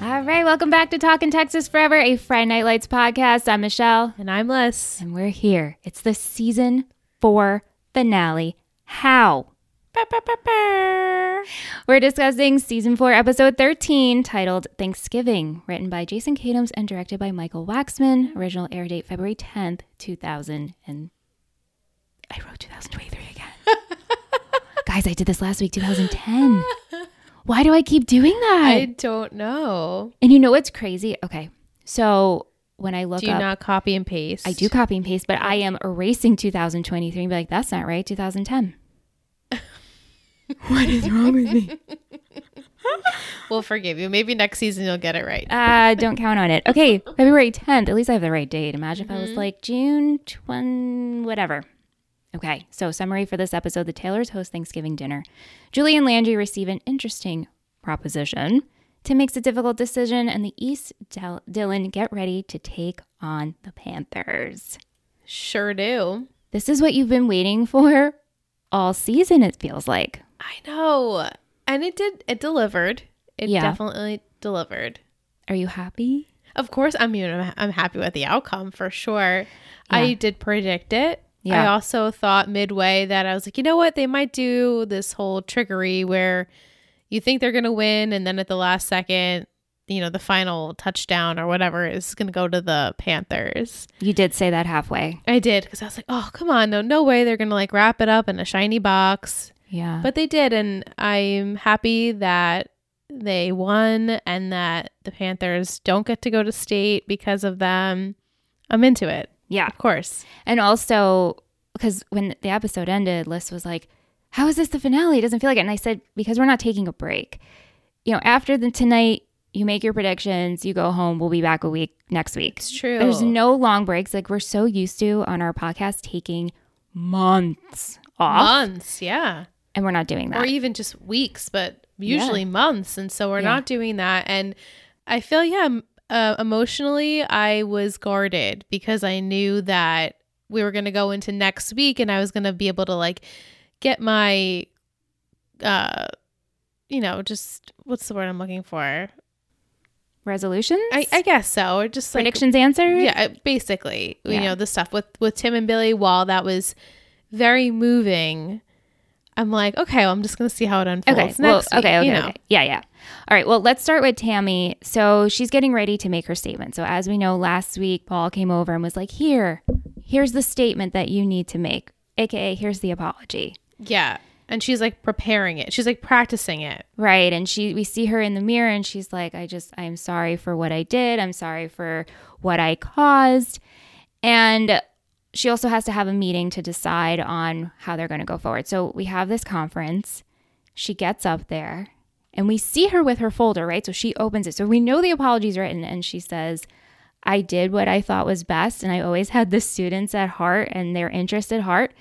welcome back to Talkin' Texas Forever, a Friday Night Lights podcast. I'm Michelle, And I'm Les. and we're here. It's the season four finale. How? We're discussing season four, episode 13, titled Thanksgiving, written by Jason Kadams and directed by Michael Waxman. Original air date February 10th, 2000. And I wrote 2023 again. Guys, I did this last week, 2010. Why do I keep doing that? I don't know. And you know what's crazy? Okay. So when I look Do you up, not copy and paste? I do copy and paste, but I am erasing 2023 and be like, that's not right, 2010. what is wrong with me? We'll forgive you. Maybe next season you'll get it right. Uh, don't count on it. Okay, February 10th. At least I have the right date. Imagine if I was Mm-hmm. like June 20, whatever. Okay, so summary for this episode The Taylors host Thanksgiving dinner. Julie and Landry receive an interesting proposition. Tim makes a difficult decision, and the East Dil- Dylan get ready to take on the Panthers. Sure do. This is what you've been waiting for all season, it feels like. I know. And it did. It delivered. It Yeah. definitely delivered. Are you happy? Of course, I mean, I'm, I'm happy with the outcome for sure. I did predict it. Yeah. I also thought midway that I was like, you know what? They might do this whole trickery where you think they're going to win. And then at the last second, you know, the final touchdown or whatever is going to go to the Panthers. You did say that halfway. I did because I was like, oh, come on. No, no way they're going to like wrap it up in a shiny box. Yeah. But they did, and I'm happy that they won and that the Panthers don't get to go to state because of them. I'm into it, yeah. of course. And also, because when the episode ended, Liz was like, How is this the finale? It doesn't feel like it. And I said, Because we're not taking a break. You know, after the tonight, you make your predictions, you go home, we'll be back a week next week. It's true. There's no long breaks. Like we're so used to on our podcast taking months off, months, yeah, and we're not doing that. or even just weeks, but usually months. And so we're not doing that. And I feel, yeah, m- uh, emotionally, I was guarded because I knew that we were going to go into next week and I was going to be able to like get my, uh, you know, just what's the word I'm looking for? Resolutions? I, I guess so. Or just like predictions answered? yeah, I- basically, you Yeah. know, the stuff with with Tim and Billy. While that was very moving, I'm like, okay, well, I'm just gonna see how it unfolds Okay. next. Well, week, okay. Okay. you know. okay. Yeah. Yeah. All right. Well, let's start with Tammy. So she's getting ready to make her statement. So as we know, last week Paul came over and was like, "Here, here's the statement that you need to make, aka here's the apology." Yeah, and she's like preparing it. She's like practicing it. Right. And she we see her in the mirror and she's like, I just I'm sorry for what I did. I'm sorry for what I caused. And she also has to have a meeting to decide on how they're going to go forward. So we have this conference. She gets up there and we see her with her folder, right? So she opens it. So we know the apology's written and she says, I did what I thought was best and I always had the students at heart and their interest at heart.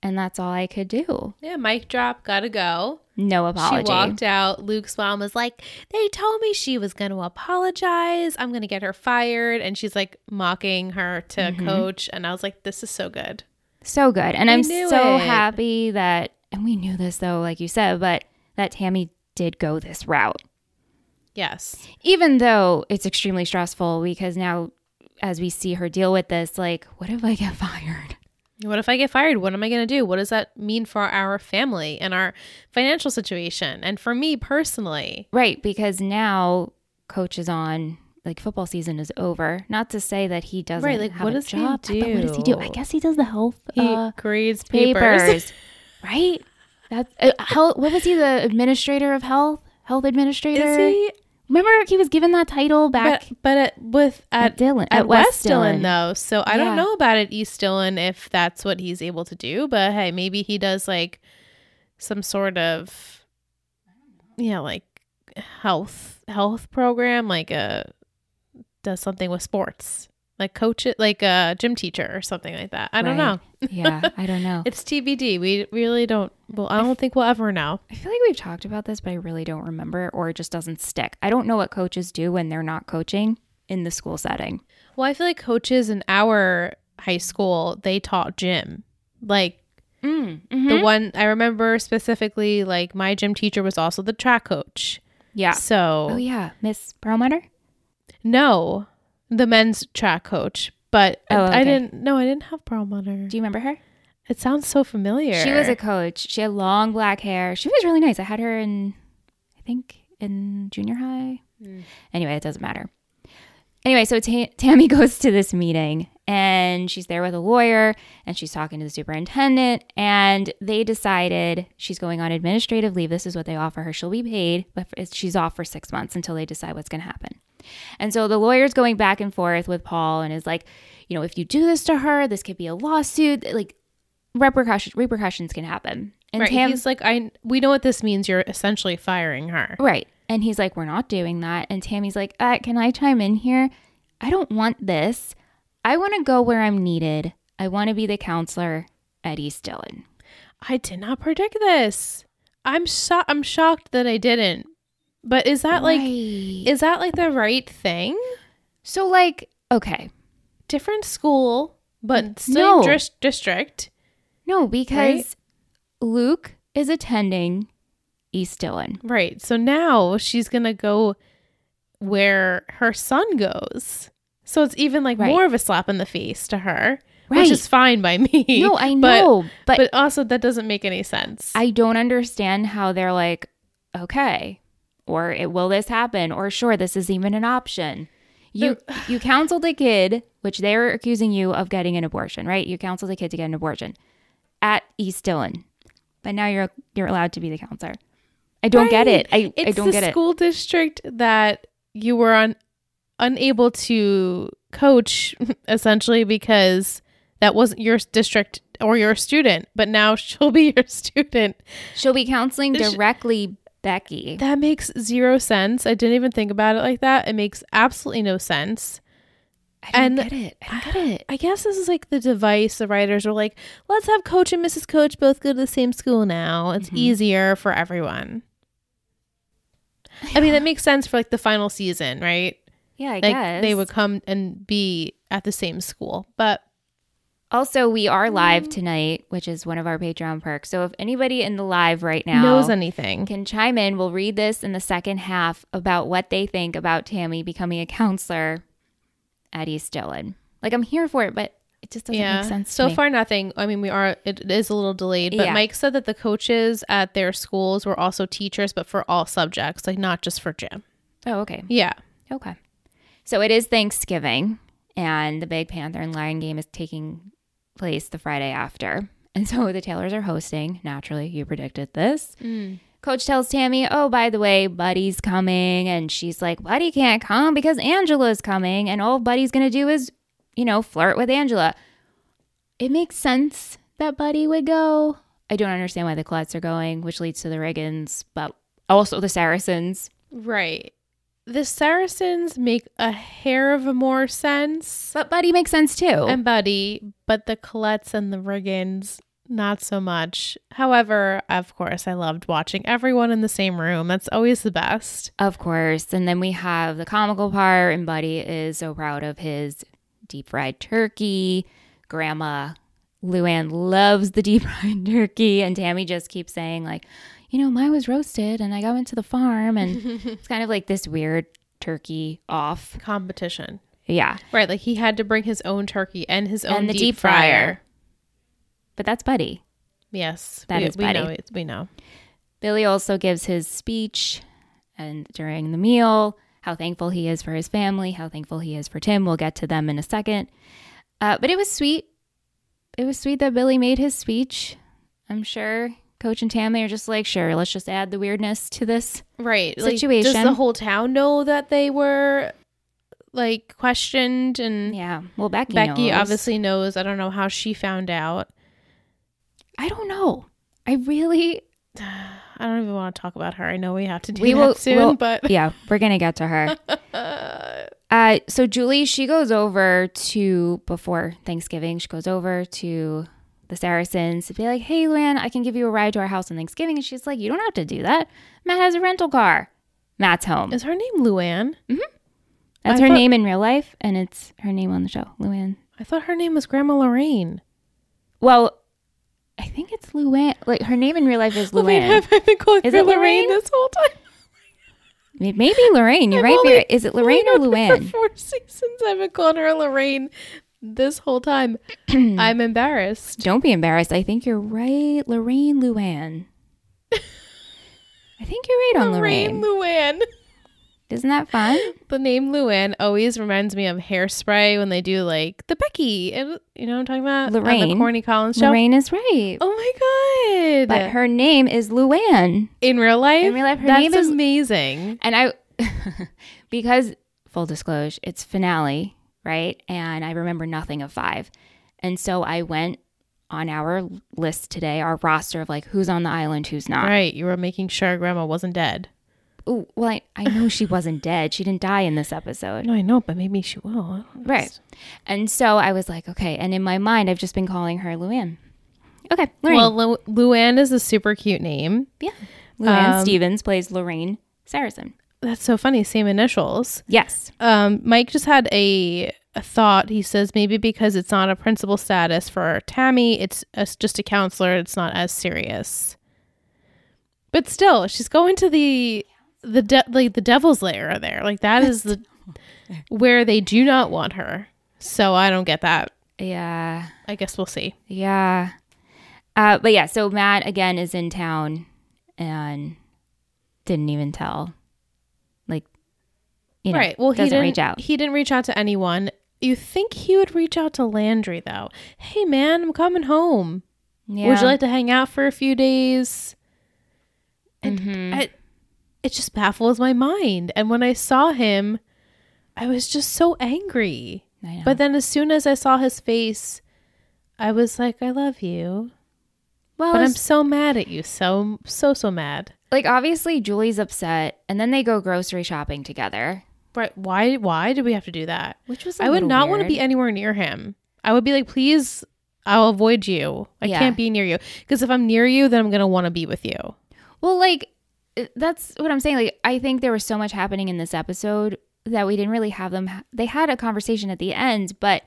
And that's all I could do. Yeah, mic drop. Gotta go. No apology. She walked out. Luke's mom was like, "They told me she was going to apologize. I'm going to get her fired." And she's like mocking her to Coach. And I was like, "This is so good." So good. And We I'm knew so it. happy that, and we knew this though, like you said, but that Tammy did go this route. Yes. Even though it's extremely stressful because now, as we see her deal with this, like, what if I get fired? What if I get fired? What am I going to do? What does that mean for our family and our financial situation and for me personally? Right. Because now, coach is on, like, football season is over. Not to say that he doesn't Right, like, have what a does he job, but what does he do? I do? guess he does the health He uh, grades papers. papers. right? That's uh, health. What was he, the administrator of health? Health administrator? Is he? Remember, he was given that title back But, but at, with at, at, Dillon, at West Dillon, though. So Yeah. I don't know about at East Dillon if that's what he's able to do, but hey, maybe he does like some sort of, yeah, like health health program, like a does something with sports, like coach it, like a gym teacher or something like that. I don't Right. know. yeah, I don't know. It's TBD. We really don't. Well, I don't think we'll ever know. I feel like we've talked about this, but I really don't remember, or it just doesn't stick. I don't know what coaches do when they're not coaching in the school setting. Well, I feel like coaches in our high school they taught gym. Like Mm, mm-hmm. the one I remember specifically, like my gym teacher was also the track coach. yeah. So Oh yeah, Miss Perlmutter. No, the men's track coach. But I- Oh, I okay. didn't. No, I didn't have Perlmutter. Do you remember her? It sounds so familiar. She was a coach. She had long black hair. She was really nice. I had her in, I think, in junior high. Anyway, it doesn't matter. Anyway, so Ta- Tammy goes to this meeting and she's there with a lawyer and she's talking to the superintendent. And they decided she's going on administrative leave. This is what they offer her. She'll be paid, but f- she's off for six months until they decide what's going to happen. And so the lawyer's going back and forth with Paul and is like, you know, if you do this to her, this could be a lawsuit. Like, repercussions repercussions can happen. And right. Tam- he's like, I. We know what this means. You're essentially firing her. right. And he's like, "We're not doing that." And Tammy's like, uh, "Can I chime in here? I don't want this. I want to go where I'm needed. I want to be the counselor at East Dillon." I did not predict this. I'm so- I'm shocked that I didn't. But is that like Right. is that like the right thing? so like okay, Different school, but Mm, No. same dris- district. no, because Luke is attending East Dillon. Right. So now she's going to go where her son goes. So it's even like Right. more of a slap in the face to her, Right. which is fine by me. No, I But- know, But, but also that doesn't make any sense. I don't understand how they're like, okay, or it will this happen, or sure, this is even an option. You you counseled a kid, which they're accusing you of getting an abortion, right? You counseled a kid to get an abortion at East Dillon, but now you're you're allowed to be the counselor. I don't get Right. it. I, it's I don't the get it. school district that you were on unable to coach essentially because that wasn't your district or your student, but now she'll be your student. She'll be counseling Sh- directly Becky. That makes zero sense. I didn't even think about it like that. It makes absolutely no sense. I don't and- get it. I don't get it. I guess this is like the device the writers were like, let's have Coach and Mrs. Coach both go to the same school now. Mm-hmm. It's easier for everyone. I mean, that makes sense for like the final season, right? Yeah, I like guess they would come and be at the same school. But Also, we are Mm. live tonight, which is one of our Patreon perks. So if anybody in the live right now knows anything. can chime in. We'll read this in the second half about what they think about Tammy becoming a counselor at East Dillon. Like I'm here for it, but it just doesn't Yeah. make sense. so to me. far, nothing. I mean, we are, it, it is a little delayed, but Yeah. Mike said that the coaches at their schools were also teachers, but for all subjects, like not just for gym. Oh, okay, Yeah. okay. So it is Thanksgiving, and the Big Panther and Lion Game is taking place the Friday after, and so the Taylors are hosting. Naturally, you predicted this. Coach tells Tammy, Oh, by the way, Buddy's coming. And she's like, Buddy can't come because Angela's coming. And all Buddy's going to do is, you know, flirt with Angela. It makes sense that Buddy would go. I don't understand why the Cluts are going, which leads to the Riggins, but also the Saracens. Right. The Saracens make a hair of more sense But Buddy makes sense too. and Buddy, but the Colettes and the Riggins, not so much. However, of course, I loved watching everyone in the same room. That's always the best. of course. And then we have the comical part, and Buddy is so proud of his deep fried turkey. Grandma Luann loves the deep fried turkey, and Tammy just keeps saying, like, you know, mine was roasted and I got into the farm, and it's kind of like this weird turkey off. Competition. Yeah. Right. Like he had to bring his own turkey and his own And the deep, deep fryer. fryer. But that's Buddy. Yes. That we, is we Buddy. know it. We know. Billy also gives his speech and during the meal, how thankful he is for his family, how thankful he is for Tim. We'll get to them in a second. Uh, but it was sweet. It was sweet that Billy made his speech. I'm sure Coach and Tammy are just like, sure, let's just add the weirdness to this. Right. Like, Situation. does the whole town know that they were like questioned and Yeah. Well, Becky, Becky knows. obviously knows. I don't know how she found out. I don't know. I really. I don't even want to talk about her. I know we have to do We that will- soon, we'll- but Yeah, we're gonna get to her. Uh, so Julie, she goes over to before Thanksgiving. She goes over to the Saracens to be like, "Hey, Luann, I can give you a ride to our house on Thanksgiving." And she's like, "You don't have to do that. Matt has a rental car. Matt's home. is her name Luann? That's I her thought- name in real life, and it's her name on the show, Luann. I thought her name was Grandma Lorraine. Well, I think it's Luann. Like her name in real life is Lorraine, Luann. I've been calling Is her it Lorraine Lorraine? this whole time. Maybe Lorraine. You're I've right. only- Vera. Is it Lorraine or known her For Luann? four seasons, I've been calling her Lorraine this whole time. I'm embarrassed. Don't be embarrassed. I think you're right. Lorraine Luann. I think you're right on Lorraine. Lorraine Luann. Isn't that fun? The name Luann always reminds me of hairspray when they do like the Becky. And you know what I'm talking about? On the Lorraine. Corny Collins show. Lorraine is right. Oh my god. But her name is Luann. in real life? In real life, her that's name is- amazing. And I, because full disclosure, it's finale, right? And I remember nothing of five. And so I went on our list today, our roster of like who's on the island, who's not. Right. You were making sure grandma wasn't dead. Ooh, well, I, I know she wasn't dead. She didn't die in this episode. No, I know, but maybe she will. Right. And so I was like, okay. And in my mind, I've just been calling her Luann. Okay. Lorraine. Well, Lu- Luann is a super cute name. yeah. Luann um, Stevens plays Lorraine Saracen. That's so funny. Same initials. Yes. Um, Mike just had a, a thought. He says maybe because it's not a principal status for Tammy, it's a, just a counselor. It's not as serious. But still, she's going to the the de- like the devil's lair there. Like that is the where they do not want her. So I don't get that. Yeah. I guess we'll see. Yeah. Uh, but yeah, so Matt again is in town and didn't even tell. Like, you know, right. Well, he doesn't didn't reach out. He didn't reach out to anyone. You think he would reach out to Landry though? Hey man, I'm coming home. yeah. Would you like to hang out for a few days? And Mhm. I, it just baffles my mind. And when I saw him, I was just so angry. I know. But then as soon as I saw his face, I was like, I love you. well, But I'm it's- so mad at you. So, so, so mad. like, obviously, Julie's upset, and then they go grocery shopping together, Right. Why, why did we have to do that? which was I I would not want to be anywhere near him. I would be like, please, I'll avoid you. I Yeah. can't be near you. Because if I'm near you, then I'm going to want to be with you. Well, like, it- that's what I'm saying. Like, I think there was so much happening in this episode that we didn't really have them. ha- They had a conversation at the end, but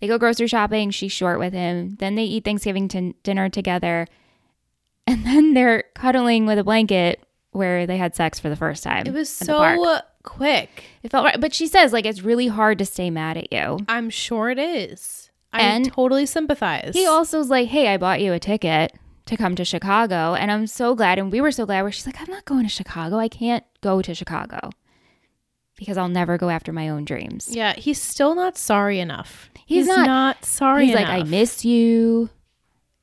they go grocery shopping. She's short with him. Then they eat Thanksgiving tin dinner together. And then they're cuddling with a blanket where they had sex for the first time. It was in the park. so quick. It felt right. But she says, like, it's really hard to stay mad at you. I'm sure it is. I And- totally sympathize. He also was like, hey, I bought you a ticket to come to Chicago. And I'm so glad. And we were so glad where she's like, I'm not going to Chicago. I can't go to Chicago because I'll never go after my own dreams. yeah, he's still not sorry enough. He's not- sorry He's enough. like, I miss you.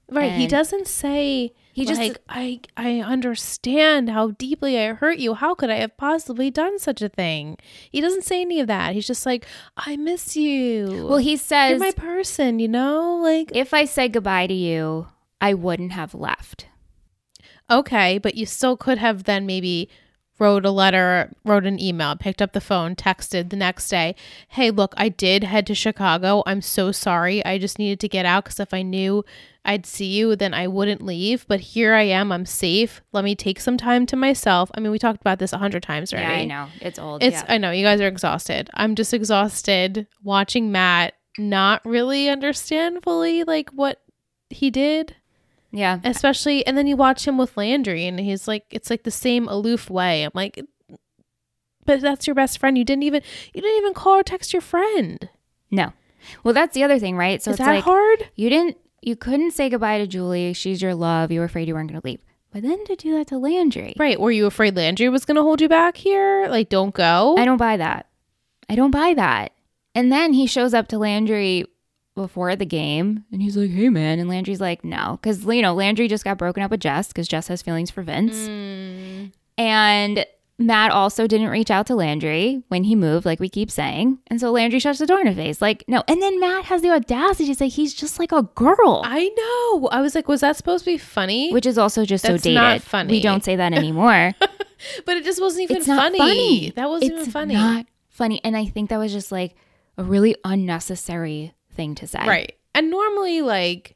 Right, he and- doesn't say He he just- just like I I understand how deeply I hurt you. How could I have possibly done such a thing? He doesn't say any of that. He's just like, I miss you. Well, he you're says, my person, you know? Like if I said goodbye to you, I wouldn't have left. okay, but you still could have then maybe wrote a letter, wrote an email, picked up the phone, texted the next day, "Hey, look, I did head to Chicago. I'm so sorry. I just needed to get out cuz if I knew I'd see you, then I wouldn't leave, but here I am. I'm safe. Let me take some time to myself." I mean, we talked about this a 100 times already. Yeah, I know. It's old. It's yeah. I know you guys are exhausted. I'm just exhausted watching Matt not really understand fully like what he did yeah. especially and then you watch him with landry and he's like it's like the same aloof way i'm like but that's your best friend you didn't even you didn't even call or text your friend No. Well, that's the other thing, right? So is it's that like, hard you didn't, you couldn't say goodbye to Julie. She's your love. You were afraid you weren't going to leave. But then to do that to Landry. right were you afraid landry was going to hold you back here like don't go I don't buy that. I don't buy that. And then he shows up to Landry before the game and he's like, hey, man. And Landry's like, no. Because, you know, Landry just got broken up with Jess because Jess has feelings for Vince. Mm. And Matt also didn't reach out to Landry when he moved, like we keep saying. And so Landry shuts the door in her face. Like, no. And then Matt has the audacity to say he's just like a girl, i know i was like was that supposed to be funny which is also just so That's dated. not funny. We don't say that anymore. but it just wasn't even it's not funny. funny. that wasn't It's even funny Not funny, and I think that was just like a really unnecessary thing to say. right and normally like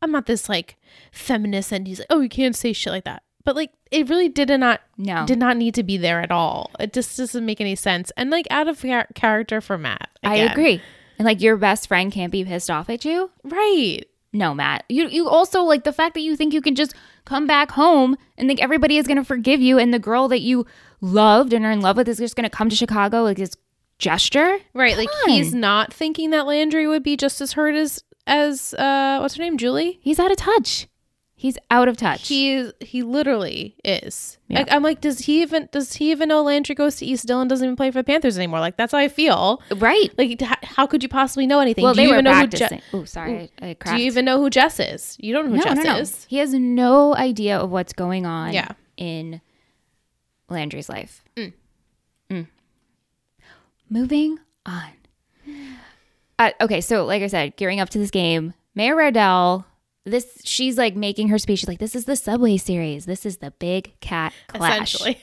i'm not this like feminist and he's like oh you can't say shit like that but like it really did not No. did not need to be there at all. It just doesn't make any sense and like out of char- character for Matt. I again. agree. And like your best friend can't be pissed off at you. Right. no, Matt. You you also like the fact that you think you can just come back home and think everybody is going to forgive you and the girl that you loved and are in love with is just going to come to Chicago like his gesture? Right. Like on. he's not thinking that Landry would be just as hurt as as uh what's her name? Julie? He's out of touch. He's out of touch. He he literally is. Yeah. Like, I'm like, does he even does he even know Landry goes to East Dillon doesn't even play for the Panthers anymore? Like that's how I feel. right. Like h- how could you possibly know anything? Well, do they you were even know who Je- practicing. oh, sorry. I, I Do cracked. you even know who Jess is? You don't know who no, Jess no, no. is. He has no idea of what's going on Yeah. in Landry's life. Mm. Moving on. Uh, okay, so like I said, gearing up to this game, Mayor Rardell, this she's like making her speech. She's like, "This is the Subway Series. This is the big cat clash." Essentially.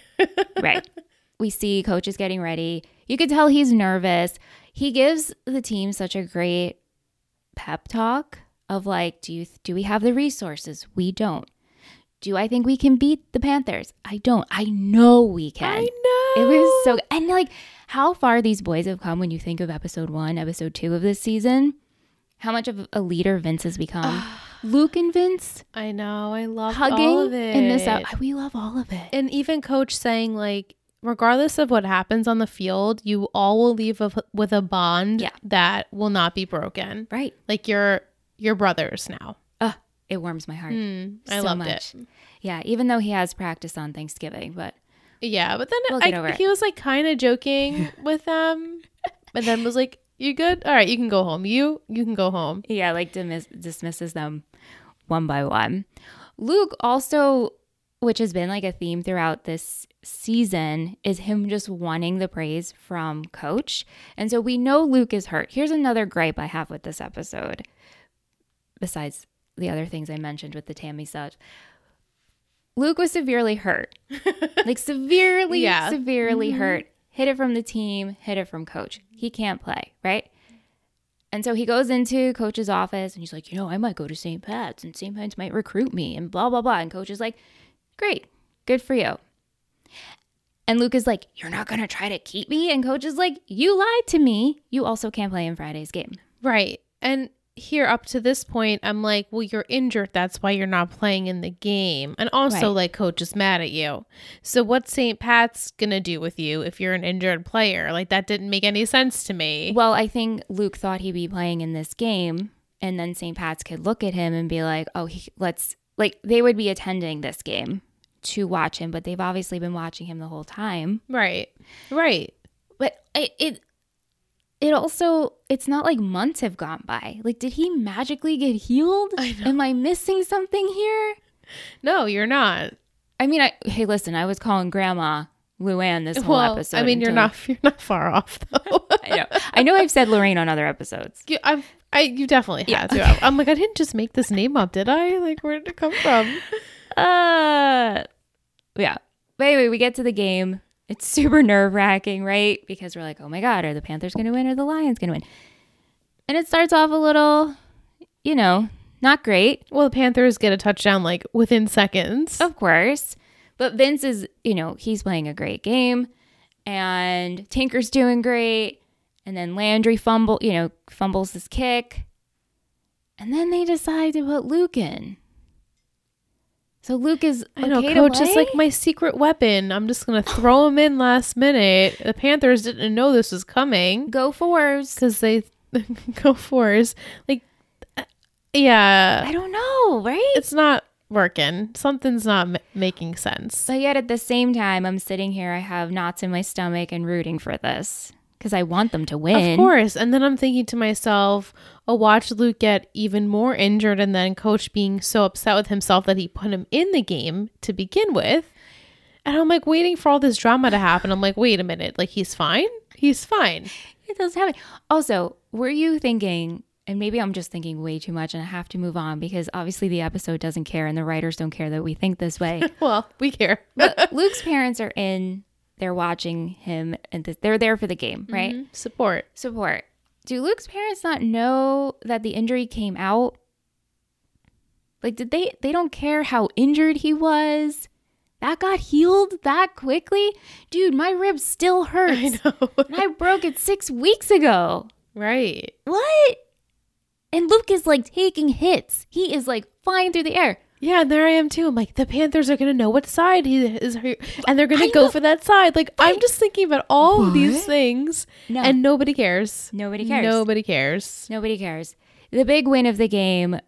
right. We see coach is getting ready. You could tell he's nervous. He gives the team such a great pep talk of like, do you do we have the resources? We don't. Do I think we can beat the Panthers? I don't. I know we can. I It was so and like how far these boys have come when you think of episode 1, episode 2 of this season. How much of a leader Vince has become. Luke and Vince I know. I love hugging all of it. in this uh, out. We love all of it. and even coach saying like regardless of what happens on the field you all will leave of- with a bond Yeah. that will not be broken Right. like you're your brothers now Uh, it warms my heart. i so loved much. it Yeah, even though he has practice on Thanksgiving, but yeah but then We'll get over I, it. he was like kind of joking with them but then was like you good all right you can go home you you can go home yeah, like dismiss- dismisses them one by one. Luke also, which has been like a theme throughout this season, is him just wanting the praise from coach. And so we know Luke is hurt. Here's another gripe I have with this episode, besides the other things I mentioned with the Tammy stuff. Luke was severely hurt. like severely, Yeah. severely hurt. Hit it from the team, hit it from coach. He can't play, right? And so he goes into coach's office and he's like, you know, I might go to St. Pat's and St. Pat's might recruit me and blah, blah, blah. And coach is like, great, good for you. And Luke is like, you're not going to try to keep me. And coach is like, you lied to me. You also can't play in Friday's game. right and here up to this point i'm like well you're injured that's why you're not playing in the game and also Right. like coach is mad at you so what's st pat's gonna do with you if you're an injured player like that didn't make any sense to me Well, I think Luke thought he'd be playing in this game, and then St. Pat's could look at him and be like, "Oh, he, let's like they would be attending this game to watch him, but they've obviously been watching him the whole time." right right But it it, it also it's not like months have gone by. Like, did he magically get healed? I know. Am I missing something here? no you're not I mean, I hey, listen, I was calling Grandma Luann this whole well episode. i mean you're until- not you're not far off though I know. I know. I've said Lorraine on other episodes. you, I've, I, you definitely have to. I'm like, I didn't just make this name up, did I? Like, where did it come from? uh yeah but anyway we get to the game it's super nerve wracking right because we're like oh my god are the panthers gonna win or the lions gonna win and it starts off a little you know not great Well, the Panthers get a touchdown like within seconds. of course but vince is you know he's playing a great game and tinker's doing great and then landry fumble you know fumbles his kick and then they decide to put luke in so luke is I know, okay to coach is play? like my secret weapon. I'm just gonna throw him in last minute. The Panthers didn't know this was coming go fours. because they go fours. Like, uh, yeah, I don't know, right? it's not working. Something's not m- making sense. So yet at the same time, I'm sitting here. I have knots in my stomach and rooting for this because I want them to win. Of course. And then I'm thinking to myself, oh, watch Luke get even more injured, and then coach being so upset with himself that he put him in the game to begin with. And I'm like waiting for all this drama to happen. I'm like, wait a minute, like he's fine. He's fine. It doesn't happen. Also, were you thinking? And maybe I'm just thinking way too much, and I have to move on because obviously the episode doesn't care, and the writers don't care that we think this way. Well, we care. but Luke's parents are in. They're watching him, and th- they're there for the game, right? Support. Support. Do Luke's parents not know that the injury came out? Like did they they don't care how injured he was? That got healed that quickly? Dude, my ribs still hurts. know. And I broke it 6 weeks ago. right. What? And Luke is like taking hits. He is like flying through the air. Yeah, and there I am too. I'm like, the Panthers are gonna know what side he is, and they're gonna go for that side. Like, I'm just thinking about all of these things, No. and nobody cares. Nobody cares. Nobody cares. Nobody cares. The big win of the game,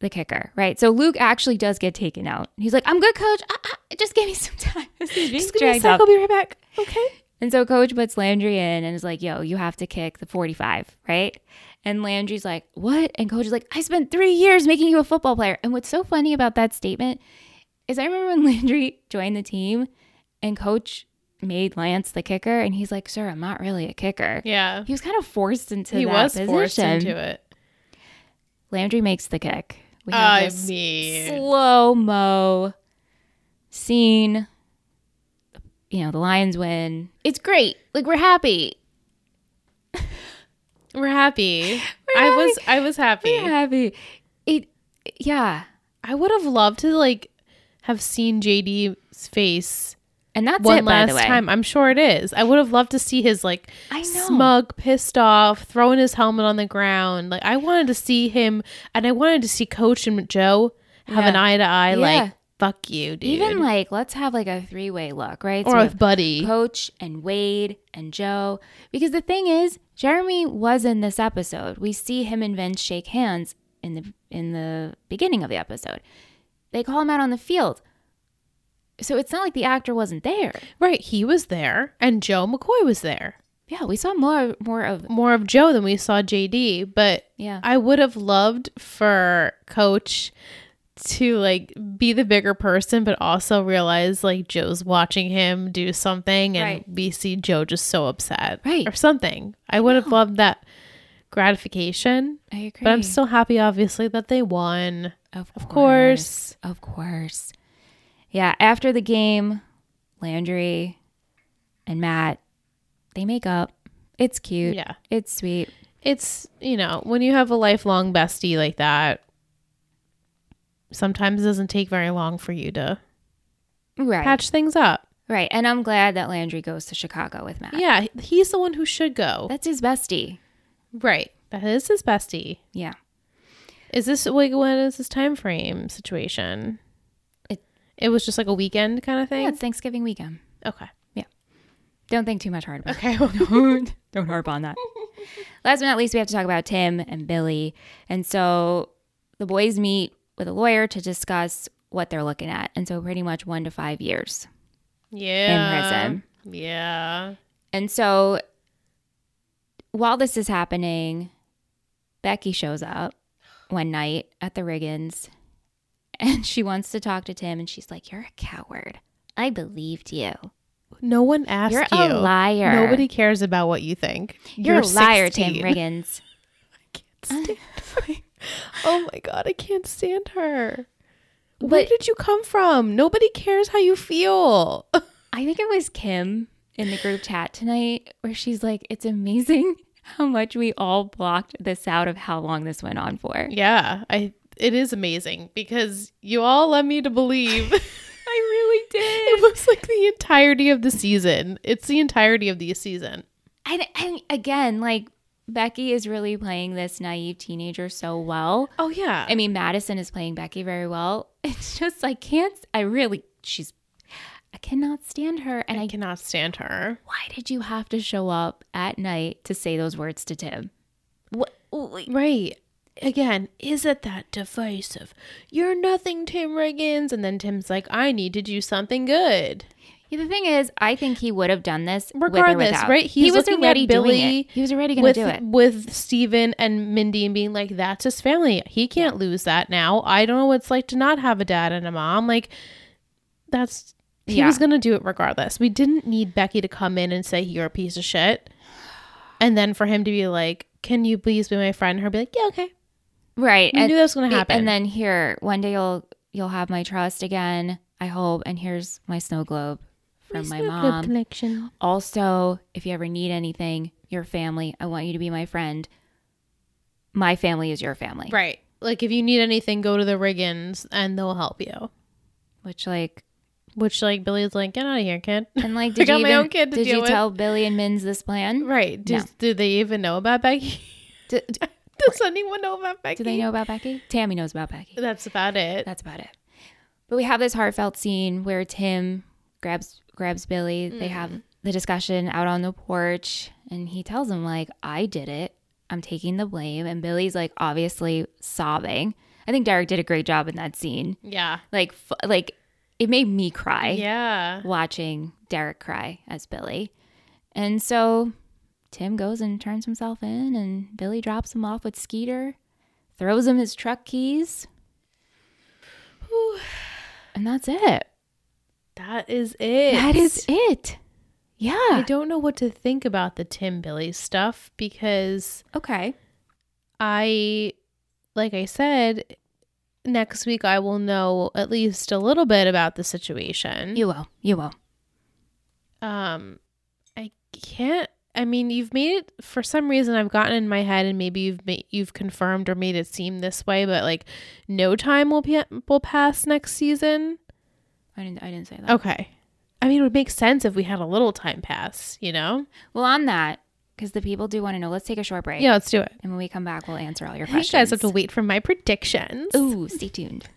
the kicker, right? So Luke actually does get taken out. He's like, I'm good, coach. Ah, ah, just give me some time. He's being Just give me a dragged sec. up. I'll be right back. Okay. And so coach puts Landry in and is like, yo, you have to kick the 45, right? And Landry's like, what? And coach is like, I spent three years making you a football player. And what's so funny about that statement is I remember when Landry joined the team and coach made Lance the kicker. And he's like, sir, I'm not really a kicker. Yeah. He was kind of forced into He that was position. forced into it. Landry makes the kick. We have I this mean, slow mo scene. You know, the Lions win. It's great. Like we're happy. we're happy. I was. I was happy. We're happy. It. Yeah. I would have loved to like have seen JD's face And that's one it. last by the way, time. I'm sure it is. I would have loved to see his like I know. smug, pissed off, throwing his helmet on the ground. Like I wanted to see him, and I wanted to see Coach and Joe have Yeah. an eye to eye. Yeah. Like fuck you, dude. even like let's have like a three way look, right? or we with have Buddy. Coach and Wade and Joe. Because the thing is, Jeremy was in this episode. We see him and Vince shake hands in the in the beginning of the episode. They call him out on the field. So it's not like the actor wasn't there. Right, he was there, and Joe McCoy was there. Yeah, we saw more more of More of Joe than we saw JD, but yeah. I would have loved for coach to like be the bigger person but also realize like Joe's watching him do something and Right. we see Joe just so upset Right. or something. I would have loved that gratification. I agree. But I'm still happy obviously that they won. of Of course. Of course. Yeah, after the game, Landry and Matt, they make up. It's cute. Yeah. It's sweet. It's, you know, when you have a lifelong bestie like that, sometimes it doesn't take very long for you to Right. patch things up. Right. And I'm glad that Landry goes to Chicago with Matt. Yeah, he's the one who should go. That's his bestie. Right. That is his bestie. Yeah. Is this like when is this time frame situation? It- It, was just like a weekend kind of thing. Yeah, it's Thanksgiving weekend. okay. Don't think too much hard about Okay. it. Don't harp on that. Last but not least, we have to talk about Tim and Billy. And so the boys meet with a lawyer to discuss what they're looking at. And so pretty much one to five years. yeah. In Yeah. And so while this is happening, Becky shows up one night at the Riggins and she wants to talk to Tim and she's like, You're a coward. I believed you. No one asked You're you. a liar. Nobody cares about what you think. You're, a liar, 16. Tim Riggins. I can't stand- oh my god, I can't stand her. Where But- did you come from? Nobody cares how you feel. I think it was Kim in the group chat tonight where she's like, It's amazing how much we all blocked this out of how long this went on for. yeah, I. It is amazing because you all led me to believe. I really did. It was like the entirety of the season. It's the entirety of the season. and, and again, like Becky is really playing this naive teenager so well. Oh yeah. I mean, Madison is playing Becky very well. It's just I can't. I really, she's, I cannot stand her. And I, I cannot stand her. why did you have to show up at night to say those words to Tim? What? Right. Again, is it that divisive? You're nothing, Tim Riggins. And then Tim's like, I need to do something good. Yeah, the thing is, I think he would have done this with or Regardless, without. right? he He's was looking at already doing Billy it. He was already going With to do it. with Steven and Mindy and being like, That's his family. He can't lose that now. I don't know what it's like to not have a dad and a mom. Like that's he Yeah. was gonna do it regardless. We didn't need Becky to come in and say you're a piece of shit. And then for him to be like, Can you please be my friend? Her be like, Yeah, okay. Right. We knew that was gonna Yeah, happen. And then here, one day you'll you'll have my trust again. I hope. And here's my snow globe from my mom. connection. Also, if you ever need anything, your family, I want you to be my friend. My family is your family. Right. Like if you need anything, go to the Riggins and they'll help you. Which like Which like Billy's like, Get out of here, kid. and like did got you my even, own kid to did deal you with. tell Billy and Minz this plan? Right. Do, No. do they even know about Becky? D- d- Does anyone know about Becky? Do they know about Becky? Tammy knows about Becky. That's about it. That's about it. But we have this heartfelt scene where Tim grabs grabs Billy. They have the discussion out on the porch and he tells him like, "I did it. I'm taking the blame." And Billy's like obviously sobbing. I think Derek did a great job in that scene. yeah. Like f- like it made me cry Yeah. watching Derek cry as Billy. And so Tim goes and turns himself in, and Billy drops him off with Skeeter, throws him his truck keys. And that's it. That is it. That is it. I Yeah. don't know what to think about the Tim Billy stuff because Okay. I, like I said, next week I will know at least a little bit about the situation. You will. You will. Um, I can't. I mean, you've made it for some reason. I've gotten in my head, and maybe you've ma- you've confirmed or made it seem this way, but like, no time will pa- will pass next season. I didn't. I didn't say that. Okay, I mean, it would make sense if we had a little time pass, you know? Well, on that, because the people do want to know. Let's take a short break. Yeah, let's do it. And when we come back, we'll answer all your You questions. guys have to wait for my predictions. Ooh, stay tuned.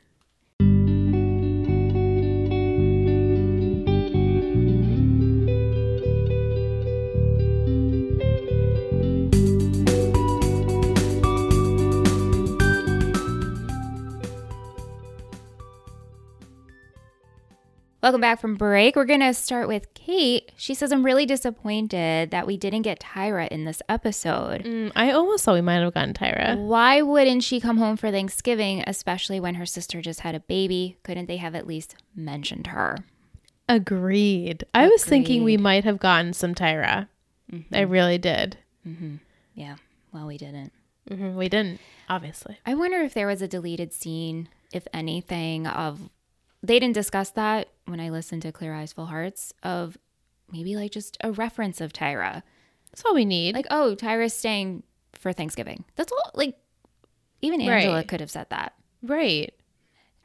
Welcome back from break. We're going to start with Kate. She says, I'm really disappointed that we didn't get Tyra in this episode. Mm, I almost thought we might have gotten Tyra. Why wouldn't she come home for Thanksgiving, especially when her sister just had a baby? Couldn't they have at least mentioned her? Agreed. I was thinking we might have gotten some Tyra. I Mm-hmm. really did. Yeah, well, we didn't. Mm-hmm. hmm We didn't, obviously. I wonder if there was a deleted scene, if anything, of they didn't discuss that when I listened to Clear Eyes Full Hearts of maybe like just a reference of Tyra. That's all we need. Like, oh, Tyra's staying for Thanksgiving. That's all like even Angela Right. could have said that. right.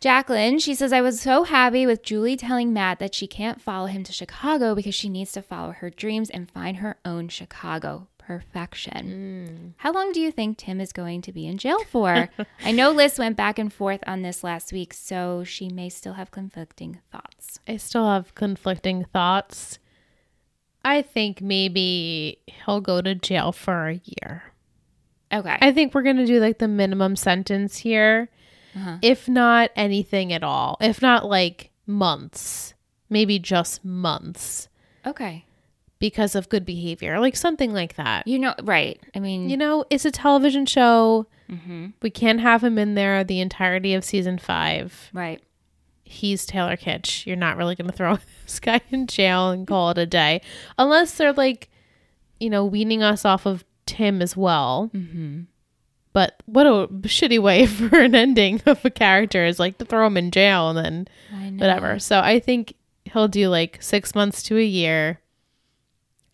Jacqueline, she says, I was so happy with Julie telling Matt that she can't follow him to Chicago because she needs to follow her dreams and find her own Chicago. Perfection. How long do you think Tim is going to be in jail for? I know Liz went back and forth on this last week, so she may still have conflicting thoughts. I still have conflicting thoughts. I think maybe he'll go to jail for a year. Okay. I think we're going to do like the minimum sentence here, if not anything at all, if not like months, maybe just months Okay. because of good behavior, like something like that. You know, right. I mean, You know, it's a television show. mhm. We can't have him in there the entirety of season five. right. He's Taylor Kitsch. You're not really going to throw this guy in jail and call it a day. Unless they're like, you know, weaning us off of Tim as well. Mm-hmm. But what a shitty way for an ending of a character is like to throw him in jail and then I know. whatever. So I think he'll do like six months to a year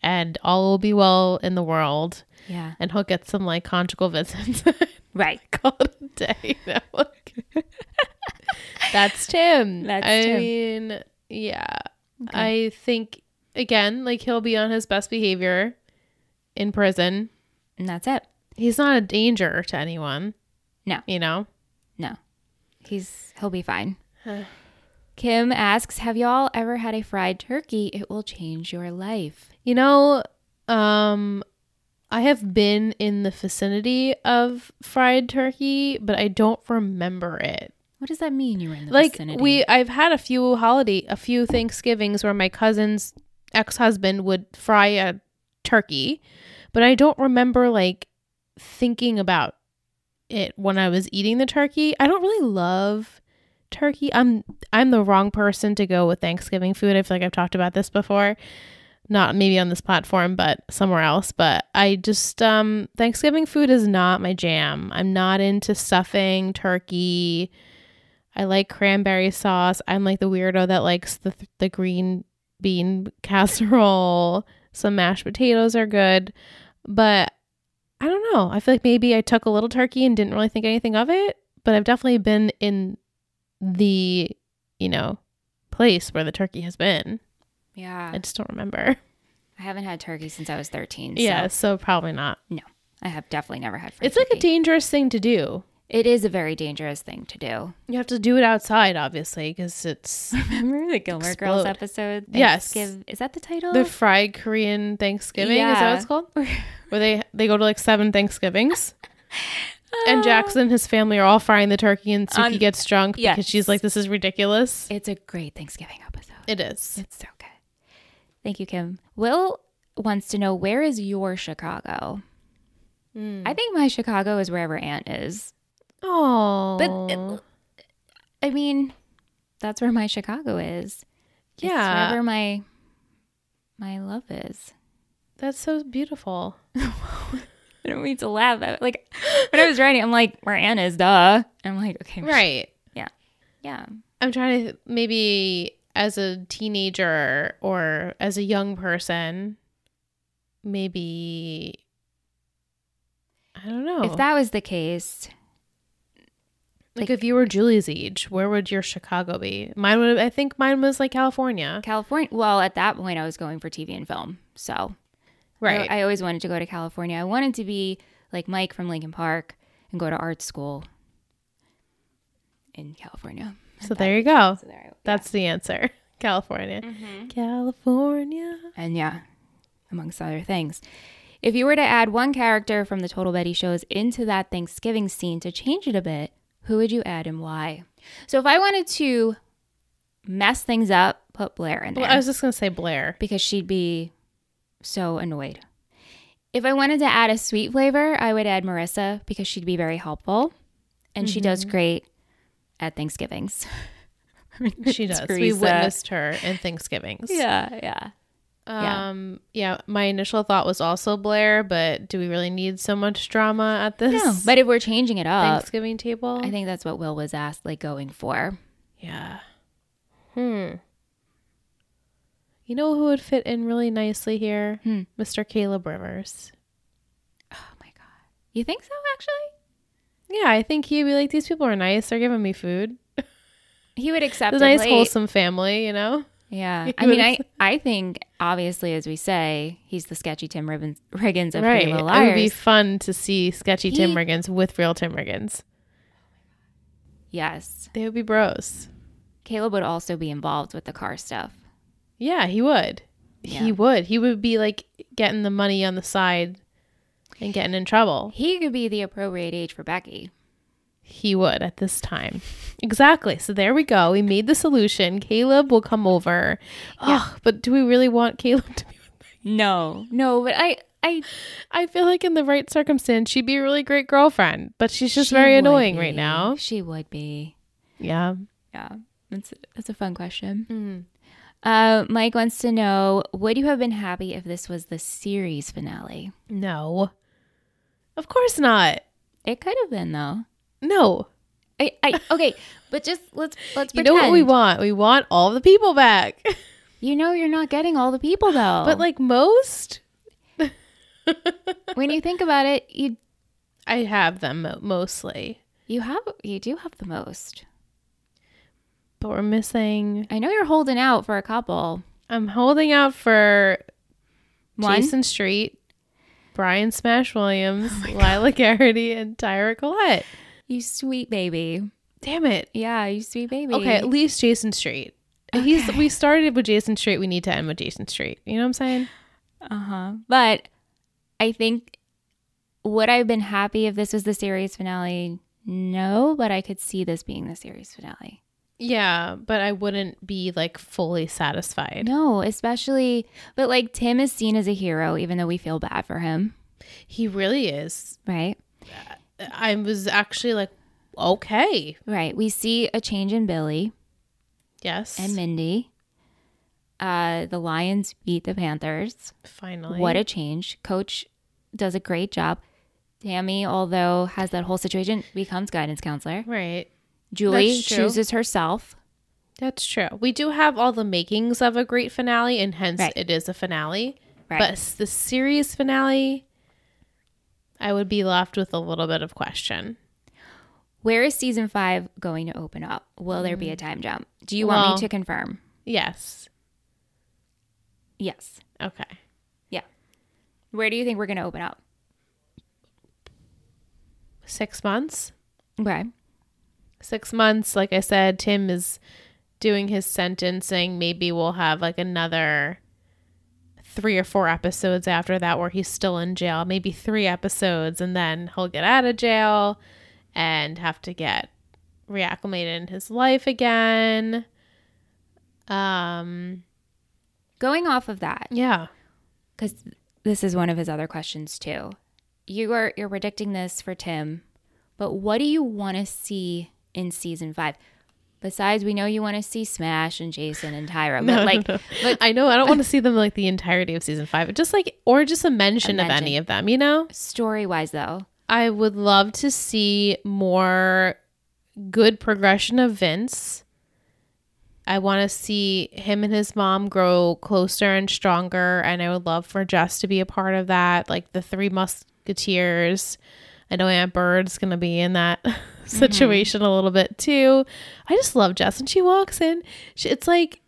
and all will be well in the world Yeah. and he'll get some like conjugal visits. Right. call it a day. No, like- That's Tim. That's I Tim. mean, yeah. I think again, like he'll be on his best behavior in prison. And that's it. He's not a danger to anyone. No. You know? No. He's he'll be fine. Kim asks, "Have y'all ever had a fried turkey? It will change your life." You know, um I have been in the vicinity of fried turkey, but I don't remember it. What does that mean? You were in the like vicinity? we i've had a few holiday a few thanksgivings where my cousin's ex-husband would fry a turkey but i don't remember like thinking about it when i was eating the turkey i don't really love turkey i'm i'm the wrong person to go with thanksgiving food i feel like i've talked about this before not maybe on this platform but somewhere else but i just um thanksgiving food is not my jam i'm not into stuffing turkey I like cranberry sauce. I'm like the weirdo that likes the the green bean casserole. Some mashed potatoes are good, but I don't know. I feel like maybe I took a little turkey and didn't really think anything of it, but I've definitely been in the, you know, place where the turkey has been. yeah, I just don't remember. I haven't had turkey since I was thirteen. So Yeah, so probably not. No. I have definitely never had French It's like a cookie. dangerous thing to do. it is a very dangerous thing to do. You have to do it outside, obviously, because it's Remember the Gilmore Girls Explode. episode? Yes. Thanksgiv- Is that the title? the fried Korean Thanksgiving. Is that what it's Yeah. called? Where they they go to like seven Thanksgivings. And Jackson and his family are all frying the turkey, and Suki On- gets drunk Yes. because she's like, "This is ridiculous." it's a great Thanksgiving episode. It is. It's so good. Thank you, Kim. Will wants to know where is your Chicago? I think my Chicago is wherever Aunt is. Oh, I mean, that's where my Chicago is. It's Yeah. wherever my my love is. that's so beautiful. I don't mean to laugh. At it. Like when I was writing, I'm like, where Aunt is, duh. And I'm like, okay, Right. yeah, I'm trying to th- maybe as a teenager or as a young person, maybe I don't know. If that was the case, like, if you were Julie's age, where would your Chicago be? Mine would. I think mine was like California. California. Well, at that point, I was going for TV and film, so Right. I, I always wanted to go to California. I wanted to be like Mike from Lincoln Park and go to art school in California. so there you go. So there, I, That's the answer. California. California. and yeah, amongst other things. If you were to add one character from the Total Betty shows into that Thanksgiving scene to change it a bit, who would you add and why? So if I wanted to mess things up, put Blair in there. Well, I was just gonna say Blair. because she'd be so annoyed. If I wanted to add a sweet flavor, I would add Marissa because she'd be very helpful and she does Mm-hmm. great at Thanksgivings. She does. We Teresa. witnessed her in Thanksgivings. Yeah, yeah. Yeah. Um. Yeah. My initial thought was also Blair, but do we really need so much drama at this No, but if we're changing it up, Thanksgiving table? I think that's what Will was asked like going for. yeah. Hmm. You know who would fit in really nicely here? Hmm. Mr. Caleb Rivers. Oh my god. You think so actually? Yeah, I think he'd be like, these people are nice. They're giving me food. He would accept It's a it nice, late. wholesome family, you know? Yeah. He I mean, would I I think obviously as we say, he's the sketchy Tim Ribbons, Riggins of Pretty Little It would be Liars. fun to see sketchy He- Tim Riggins with real Tim Riggins. yes. They would be bros. Caleb would also be involved with the car stuff. Yeah, he would. Yeah. He would. He would be like getting the money on the side and getting in trouble. He could be the appropriate age for Becky. He would at this time. Exactly. So there we go. We made the solution. Caleb will come over. Ugh, but do we really want Caleb to be? No, no, but I, I, I feel like in the right circumstance, she'd be a really great girlfriend, but she's just very would annoying be. right now. She would be. Yeah. Yeah, that's that's a fun question. Mm-hmm. Uh, Mike wants to know: Would you have been happy if this was the series finale? No. Of course not. It could have been though. No. I, I okay, but just let's let's You pretend. know what we want? We want all the people back. You know you're not getting all the people though. but like most, when you think about it, you I have them mo- mostly. you have you do have the most. But we're missing I know you're holding out for a couple. I'm holding out for One? Jason Street, Brian Smash Williams, Lila Garrity, and Tyra Collette. You sweet baby. Damn it. Yeah, you sweet baby. Okay, at least Jason Street. He's we started with Jason Street, we need to end with Jason Street. You know what I'm saying? Uh huh. But I think would I have been happy if this was the series finale? No, but I could see this being the series finale. Yeah, but I wouldn't be like fully satisfied. No, especially, but like Tim is seen as a hero, even though we feel bad for him, He really is. right? I was actually like, okay. Right. We see a change in Billy Yes. and Mindy. Uh, the Lions beat the Panthers. finally. What a change. Coach does a great job. Tammy, although has that whole situation, becomes guidance counselor. right. Julie That's true. chooses herself. That's true. We do have all the makings of a great finale, and hence Right. it is a finale. Right. But s- the series finale, I would be left with a little bit of question. Where is season five going to open up? Will there be a time jump? Do you want Mm. Well- me to confirm? Yes. Yes. Okay. Where do you think we're going to open up? six months. Okay. Six months, like I said, Tim is doing his sentencing. Maybe we'll have like another three or four episodes after that where he's still in jail, maybe three episodes, and then he'll get out of jail and have to get reacclimated in his life again. Um, Going off of that, yeah. because this is one of his other questions too. You are you're predicting this for Tim, but what do you want to see in season five? Besides, we know you want to see Smash and Jason and Tyra, No, but no, like, no. but I know I don't want to see them like the entirety of season five, but just like or just a mention, of mention. any of them, you know? story wise though, I would love to see more good progression of Vince. I want to see him and his mom grow closer and stronger, and I would love for Jess to be a part of that, like the Three Musketeers. I know Aunt Bird's gonna be in that situation a little bit too. I just love Jess when she walks in. She, it's like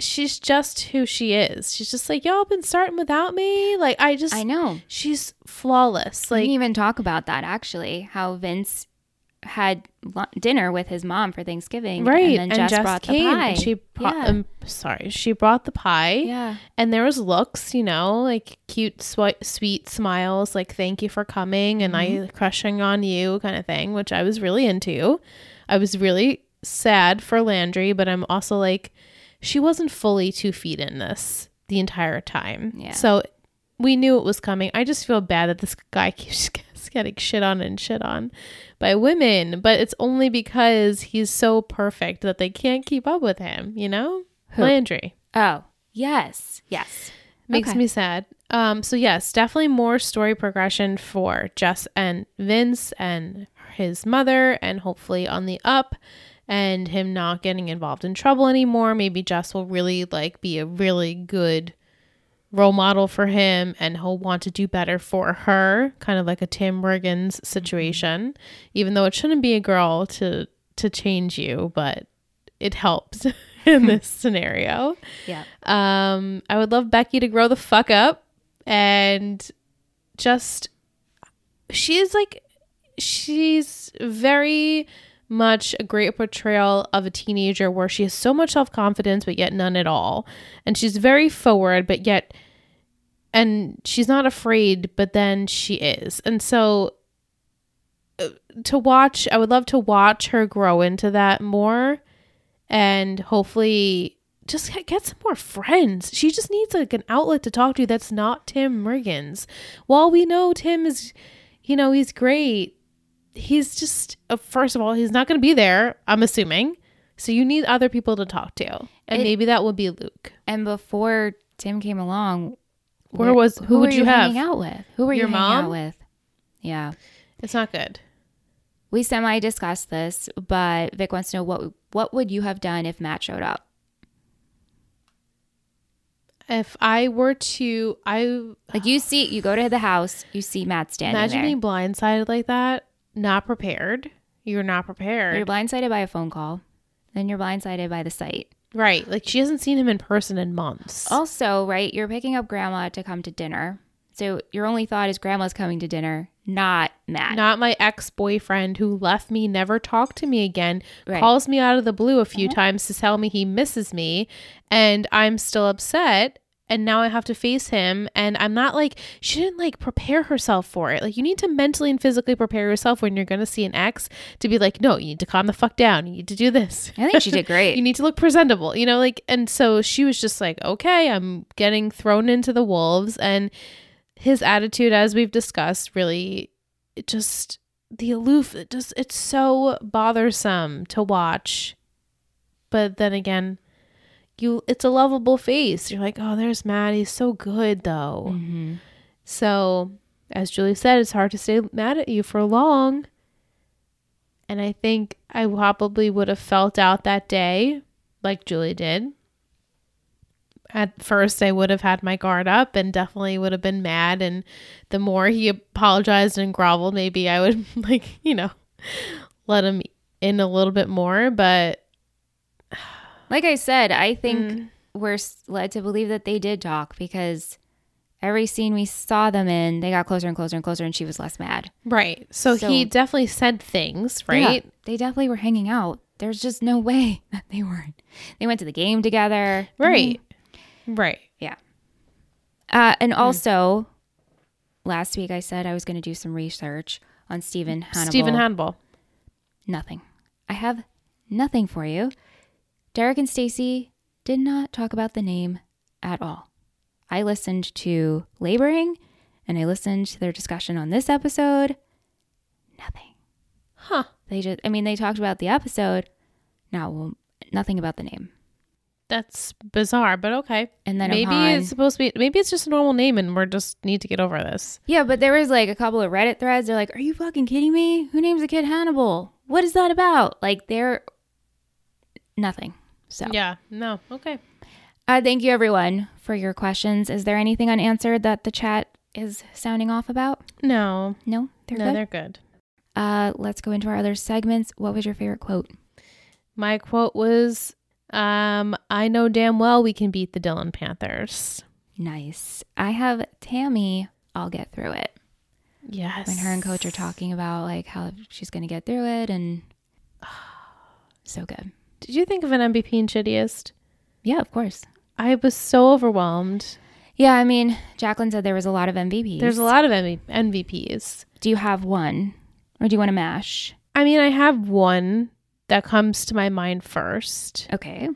she's just who she is. She's just like y'all been starting without me. Like I just, I know she's flawless. we Like didn't even talk about that actually. How Vince had lu- dinner with his mom for Thanksgiving, right And then Jess, brought the pie. and she bro- Yeah. um, sorry she brought the pie yeah, and there was looks you know like cute swi sweet smiles like thank you for coming and i Mm-hmm. crushing on you kind of thing which i was really into i was really sad for landry but i'm also like she wasn't fully two feet in this the entire time Yeah. so we knew it was coming i just feel bad that this guy keeps getting shit on and shit on by women but it's only because he's so perfect that they can't keep up with him you know Who? landry oh yes, yes, makes Okay. me sad. Um, so yes, definitely more story progression for Jess and Vince and his mother, and hopefully on the up, and him not getting involved in trouble anymore. Maybe Jess will really like be a really good role model for him, and he'll want to do better for her, kind of like a Tim Riggins situation. Even though it shouldn't be a girl to to change you, but it helps in this scenario. yeah. Um, I would love Becky to grow the fuck up and just she is like she's very much a great portrayal of a teenager where she has so much self-confidence but yet none at all. And she's very forward but yet and she's not afraid but then she is. And so uh, to watch I would love to watch her grow into that more and hopefully just get, get some more friends. She just needs like an outlet to talk to that's not Tim Riggins. While we know Tim is, you know, he's great. He's just uh, first of all, he's not going to be there. I'm assuming. So you need other people to talk to, and It- maybe that would be Luke. And before Tim came along, Where wh- was- who were would you hanging have? out with? Who were Your you hanging mom? out with? Yeah, It's not good. we semi discussed this, but Vic wants to know what what would you have done if Matt showed up? If I were to, I Like you see, you go to the house, you see Matt standing imagine there. being blindsided like that, not prepared. You're not prepared. You're blindsided by a phone call, then you're blindsided by the sight. right. Like she hasn't seen him in person in months. Also, right, you're picking up grandma to come to dinner. So your only thought is grandma's coming to dinner, not Matt. not my ex-boyfriend who left me never talked to me again Right. calls me out of the blue a few times to tell me he misses me and i'm still upset and now i have to face him and i'm not like she didn't like prepare herself for it like you need to mentally and physically prepare yourself when you're going to see an ex to be like no you need to calm the fuck down you need to do this I think she did great. you need to look presentable you know like and so she was just like okay i'm getting thrown into the wolves and his attitude as we've discussed really it just the aloof it just it's so bothersome to watch but then again you it's a lovable face you're like oh there's matt he's so good though Mhm. so as julie said it's hard to stay mad at you for long and i think i probably would have felt out that day like julie did at first I would have had my guard up and definitely would have been mad and the more he apologized and groveled maybe I would like, you know, let him in a little bit more, but Like I said, I think we're s- led to believe that they did talk because every scene we saw them in, they got closer and closer and closer, and she was less mad. Right. So, So- he definitely said things, Yeah, right? they definitely were hanging out. There's just no way that they weren't. They went to the game together. Right. Right. Uh, and also, last week I said I was going to do some research on Stephen Hannibal. Stephen Hannibal. nothing. I have nothing for you. Derek and Stacy did not talk about the name at all. I listened to Laboring and I listened to their discussion on this episode. Nothing. Huh. They just I mean they talked about the episode, no nothing about the name. That's bizarre, but okay. And then maybe upon- it's supposed to be maybe it's just a normal name and we're just need to get over this. Yeah, but there was like a couple of Reddit threads. They're like, "Are you fucking kidding me? Who names a kid Hannibal? What is that about?" Like they're nothing. So Yeah. No. Okay. Uh, thank you, everyone, for your questions. Is there anything unanswered that the chat is sounding off about? No. No, they're no, good. they're good. uh, let's go into our other segments. What was your favorite quote? My quote was um, I know damn well we can beat the Dillon Panthers. Nice. I have Tammy. I'll get through it. Yes. When her and Coach are talking about like how she's going to get through it, and so good. Did you think of an MVP and shittiest? Yeah, of course. I was so overwhelmed. Yeah, I mean, Jacqueline said there was a lot of MVPs. There's a lot of MV- MVPs. Do you have one, or do you want to mash? I mean, I have one that comes to my mind first. Okay.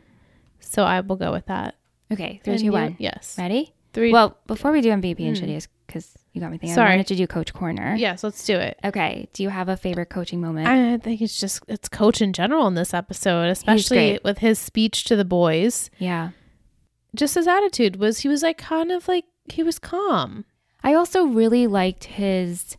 So I will go with that. Okay. Three, And two, you- one. Yes. Ready? Three. Well, Well, before we do MVP and shittiest, because you got me thinking, Sorry. I wanted to do Coach Corner. yes, let's do it. Okay. Do you have a favorite coaching moment? I think it's just it's coach in general in this episode, especially great. with his speech to the boys. yeah. Just his attitude was he was like kind of like he was calm. I also really liked his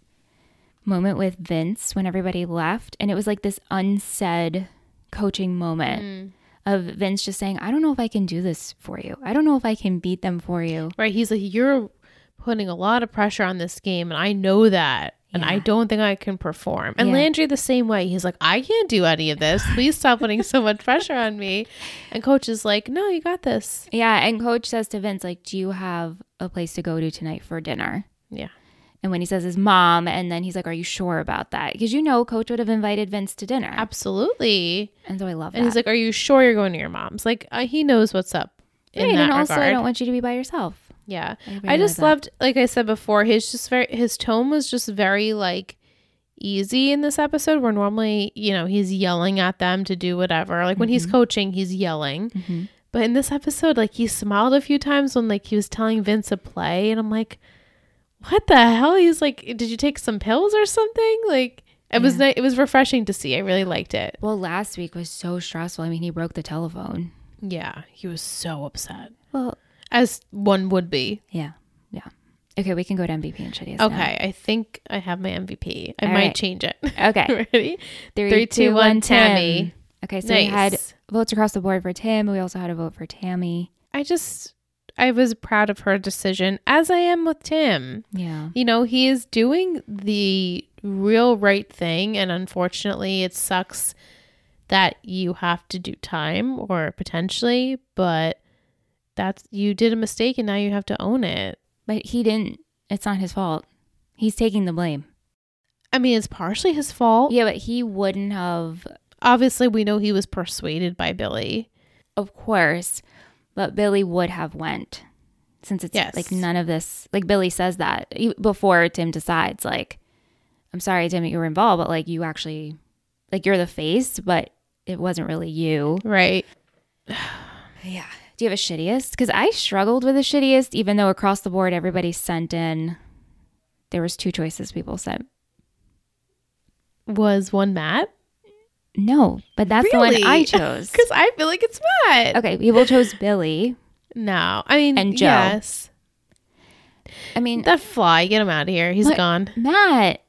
moment with Vince when everybody left, and it was like this unsaid coaching moment of Vince just saying, "I don't know if I can do this for you. I don't know if I can beat them for you." Right? He's like you're putting a lot of pressure on this game and I know that. And I don't think I can perform. And Yeah. Landry the same way. He's like, I can't do any of this. Please stop putting so much pressure on me. And coach is like, No, you got this. Yeah, and coach says to Vince, "Like, do you have a place to go to tonight for dinner?" Yeah. And when he says his mom, and then he's like, "Are you sure about that?" Because you know, coach would have invited Vince to dinner, Absolutely. and so I love that. And he's like, Are you sure you're going to your mom's? Like uh, he knows what's up. In Right, that and also, regard. I don't want you to be by yourself. Yeah. really I just like that. loved like I said before, his just very his tone was just very like easy in this episode where normally, you know, he's yelling at them to do whatever. Like when he's coaching, he's yelling. But in this episode, like he smiled a few times when like he was telling Vince a play and I'm like, What the hell? He's like, Did you take some pills or something? Like it was ni- it was refreshing to see. I really liked it. Well, last week was so stressful. I mean, he broke the telephone. Yeah. He was so upset. Well, As one would be. yeah, yeah. Okay, we can go to MVP and shittiest. now. Okay, I think I have my MVP. I All might right. change it. Okay. Ready? Three, two, one. Tammy. Okay, so we had Nice. votes across the board for Tim. We also had a vote for Tammy. I just, I was proud of her decision, as I am with Tim. Yeah. You know, he is doing the real right thing, and unfortunately, it sucks that you have to do time or potentially, but that's you did a mistake and now you have to own it. But he didn't, it's not his fault. He's taking the blame. I mean, it's partially his fault. Yeah, but he wouldn't have, Obviously, we know he was persuaded by Billy. of course, but Billy would have went since it's Yes. like none of this. Like Billy says that e- before Tim decides, like, I'm sorry, Tim, that you were involved, but like you actually, like you're the face, but it wasn't really you. Right. Yeah. Do you have a shittiest? Because I struggled with a shittiest, even though across the board everybody sent in. There was two choices people sent. Was one Matt? No, but that's the Really? one I chose. Because I feel like it's Matt. okay, people chose Billy. No, I mean, And Joe. yes, I mean, that fly. Get him out of here. He's What? gone. Matt.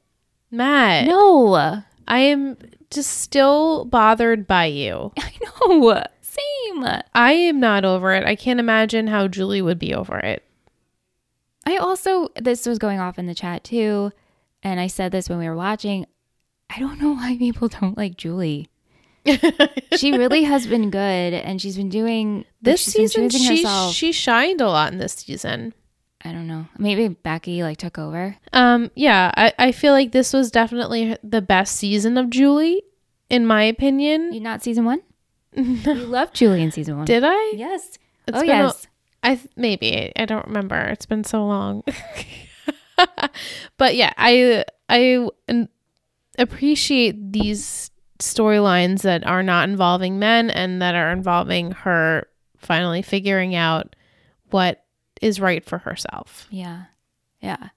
Matt, No, I am just still bothered by you. I know. Same. I am not over it. I can't imagine how Julie would be over it. I also this was going off in the chat too, and I said this when we were watching. I don't know why people don't like Julie. she really has been good, and she's been doing like, This she's been season, choosing she herself. she shined a lot in this season. I don't know. Maybe Becky like took over. Um, yeah, I, I feel like this was definitely the best season of Julie, in my opinion. You not season one? you loved Julie in season one. Did I? yes. It's oh been a- yes. I th- maybe I don't remember. It's been so long. but yeah, I I n- appreciate these storylines that are not involving men and that are involving her finally figuring out what is right for herself. yeah. Yeah.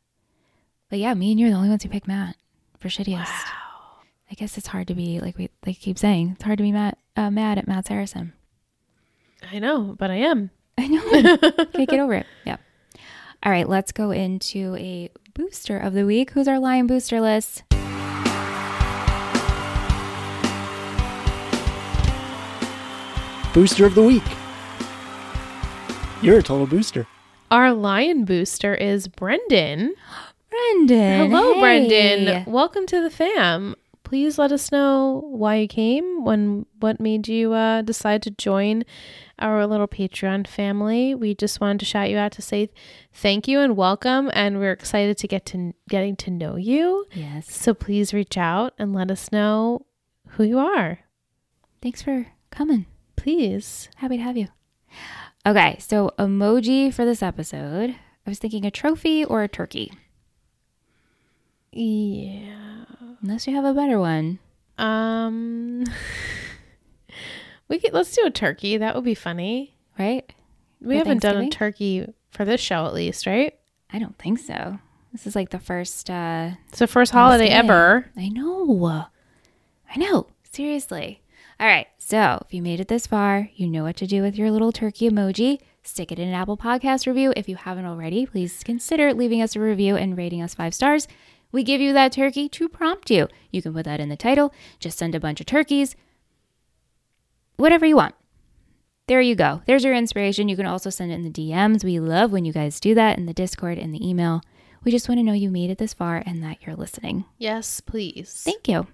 But yeah, me and you're the only ones who pick Matt for shittiest. I guess it's hard to be like we like keep saying it's hard to be mad uh, mad at Matt Saracen. I know, but I am. I know. Can't get over it. Yeah. All right, let's go into a booster of the week. Who's our lion booster list? Booster of the week. You're a total booster. Our lion booster is Brendan. Brendan. Hello, Hey. Brendan. Welcome to the fam. Please let us know why you came, when what made you uh, decide to join our little Patreon family. We just wanted to shout you out to say thank you and welcome, and we're excited to get to getting to know you. Yes. So please reach out and let us know who you are. Thanks for coming. Please. Happy to have you. Okay, so emoji for this episode. I was thinking a trophy or a turkey. Yeah. Unless you have a better one. Um. we could, let's do a turkey. That would be funny. Right? We For haven't done a Thanksgiving? turkey for this show, at least, right? I don't think so. This is like the first uh It's the first holiday Thanksgiving. ever. I know. I know. Seriously. All right. So if you made it this far, you know what to do with your little turkey emoji. Stick it in an Apple Podcast review. If you haven't already, please consider leaving us a review and rating us five stars. We give you that turkey to prompt you. You can put that in the title. Just send a bunch of turkeys. Whatever you want. There you go. There's your inspiration. You can also send it in the DMs. We love when you guys do that in the Discord and the email. We just want to know you made it this far and that you're listening. Yes, please. Thank you.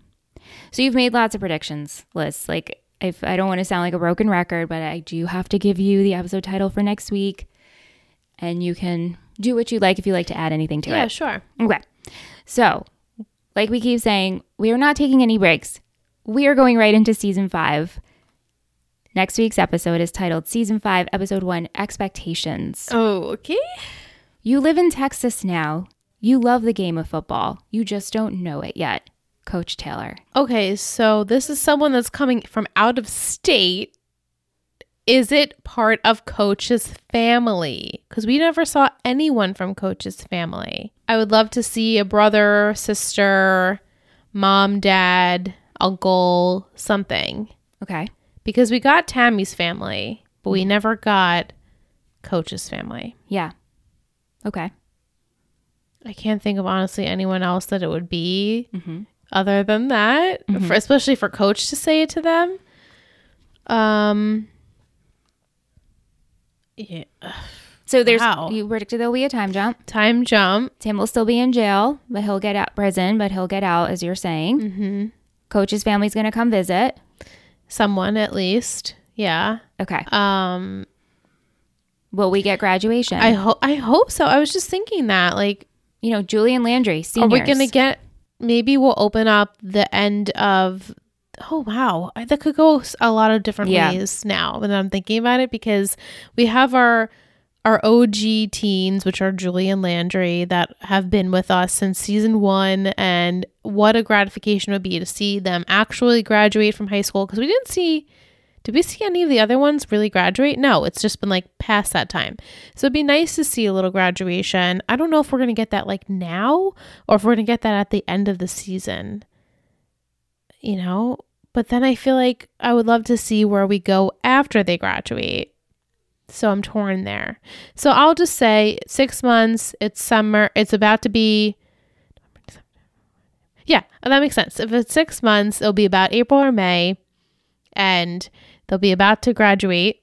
So you've made lots of predictions, Liz. Like if I don't want to sound like a broken record, but I do have to give you the episode title for next week. And you can do what you like if you like to add anything to yeah, it. sure. Okay. So, like we keep saying, we are not taking any breaks. We are going right into season five. Next week's episode is titled Season 5, Episode 1 Expectations. Oh, okay. You live in Texas now. You love the game of football. You just don't know it yet. Coach Taylor. Okay, so this is someone that's coming from out of state. Is it part of Coach's family? Because we never saw anyone from Coach's family. I would love to see a brother, sister, mom, dad, uncle, something. Okay. Because we got Tammy's family, but Mm-hmm. we never got Coach's family. Yeah. Okay. I can't think of honestly anyone else that it would be Mm-hmm. other than that, for, especially for coach to say it to them. Um, yeah. So there's Wow. you predicted there'll be a time jump. Time jump. Tim will still be in jail, but he'll get out prison, but he'll get out as you're Mm. saying. Mm-hmm. Coach's family's gonna come visit. Someone at least. Yeah. Okay. Um, Will we get graduation? I hope. I hope so. I was just thinking that, like, you know, Julian Landry, are seniors. we gonna get? Maybe we'll open up the end of. Oh wow, I, that could go s- a lot of different Yeah. ways now. When I'm thinking about it, because we have our our OG teens, which are Julie and Landry, that have been with us since season one, and what a gratification it would be to see them actually graduate from high school because we didn't see. Did we see any of the other ones really graduate? No, it's just been like past that time. So it'd be nice to see a little graduation. I don't know if we're going to get that like now or if we're going to get that at the end of the season. You know, but then I feel like I would love to see where we go after they graduate. So I'm torn there. So I'll just say 6 months, it's summer, it's about to be Yeah, that makes sense. If it's 6 months, it'll be about April or May and they'll be about to graduate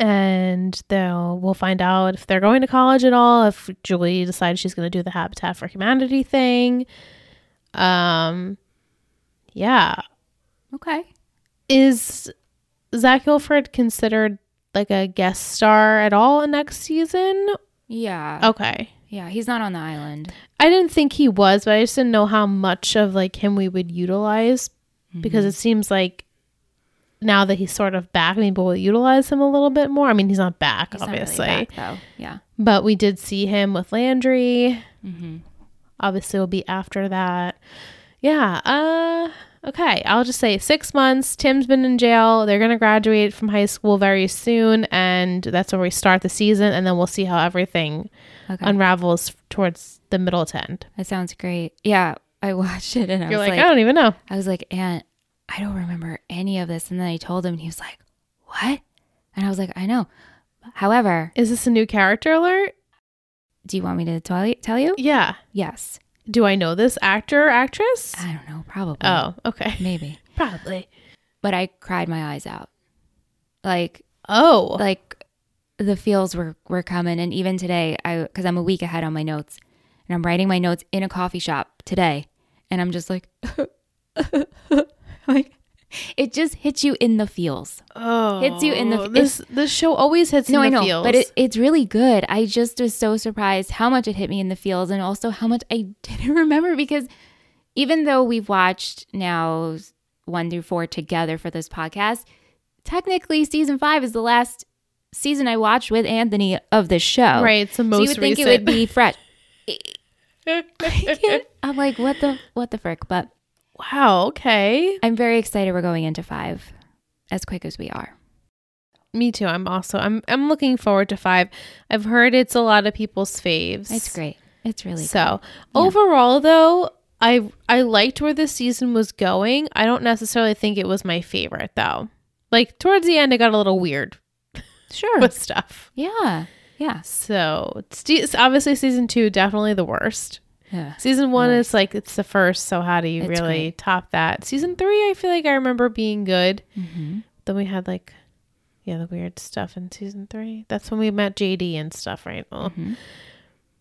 and they'll we'll find out if they're going to college at all if julie decides she's going to do the habitat for humanity thing um yeah Okay. is zach Gilford considered like a guest star at all in next season Yeah. Okay. Yeah. He's not on the island. I didn't think he was, but I just didn't know how much of like him we would utilize Mm-hmm. because it seems like now that he's sort of back, maybe we'll utilize him a little bit more. I mean, he's not back, He's not really obviously, back, though. Yeah. but we did see him with Landry. Mm-hmm. Obviously, will be after that. Yeah. Uh. Okay. I'll just say six months. Tim's been in jail. They're gonna graduate from high school very soon, and that's where we start the season. And then we'll see how everything Okay. unravels towards the middle to end. that sounds great. Yeah. I watched it and I You're was like, "Oh." like, I don't even know. I was like, Aunt, I don't remember any of this. And then I told him, and he was like, What? And I was like, I know. However, Is this a new character alert? do you want me to tell tell you? Yeah. Yes. Do I know this actor or actress? I don't know. Probably. Oh, okay. Maybe. Probably. But I cried my eyes out. Like, Oh, like the feels were, were coming. And even today, I, cause I'm a week ahead on my notes and I'm writing my notes in a coffee shop today. And I'm just like, like it just hits you in the feels. oh, hits you in the- This this show always hits No, you I in the know, feels. but it, it's really good. I just was so surprised how much it hit me in the feels, and also how much I didn't remember because even though we've watched now one through four together for this podcast, technically season five is the last season I watched with Anthony of the show. right. It's the Oh. So you most would think recent. it would be fresh. I'm like, what the what the frick? But wow. Okay. I'm very excited. We're going into five as quick as we are. Me too. I'm also. I'm. I'm looking forward to five. I've heard it's a lot of people's faves. It's great. It's really So overall, though, I I liked where this season was going. I don't necessarily think it was my favorite though. Like towards the end, it got a little weird good. sure. with stuff. yeah. Yeah. So it's de- it's obviously season two definitely the worst. Yeah. Season one is like it's the first, so how do you It's really great. top that? Season three, I feel like I remember being good. Mm-hmm. Then we had like, yeah, the weird stuff in season three. That's when we met JD and stuff, right? Well, Mhm.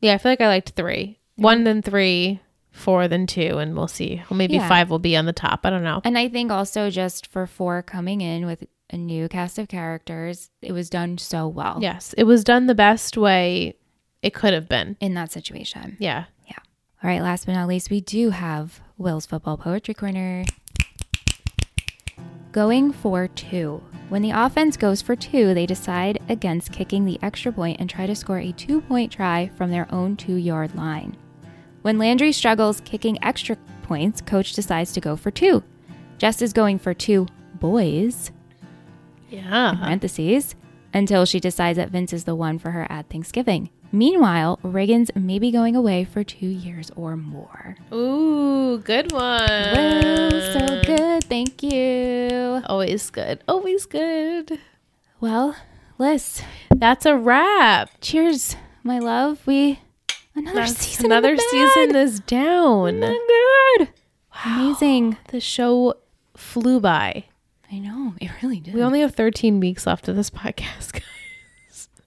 yeah, I feel like I liked three, Mm-hmm. one then three, four then two, and we'll see. Well, maybe Yeah. five will be on the top. I don't know. And I think also just for four coming in with a new cast of characters, it was done so well Yes, it was done the best way it could have been. in that situation. Yeah. All right, last but not least, we do have Will's Football Poetry Corner. Going for two. When the offense goes for two, they decide against kicking the extra point and try to score a two point try from their own two yard line. When Landry struggles kicking extra points, coach decides to go for two. Jess is going for two boys Yeah. parentheses, until she decides that Vince is the one for her at Thanksgiving. Meanwhile, Riggins may be going away for two years or more. Ooh, good one. Whoa, so good. Thank you. Always good. Always good. Well, Liz, That's a wrap. cheers, my love. We another That's- season. in another the season is down. bag. Oh my God. Amazing. The show flew by. I know. It really did. We only have 13 weeks left of this podcast. guys.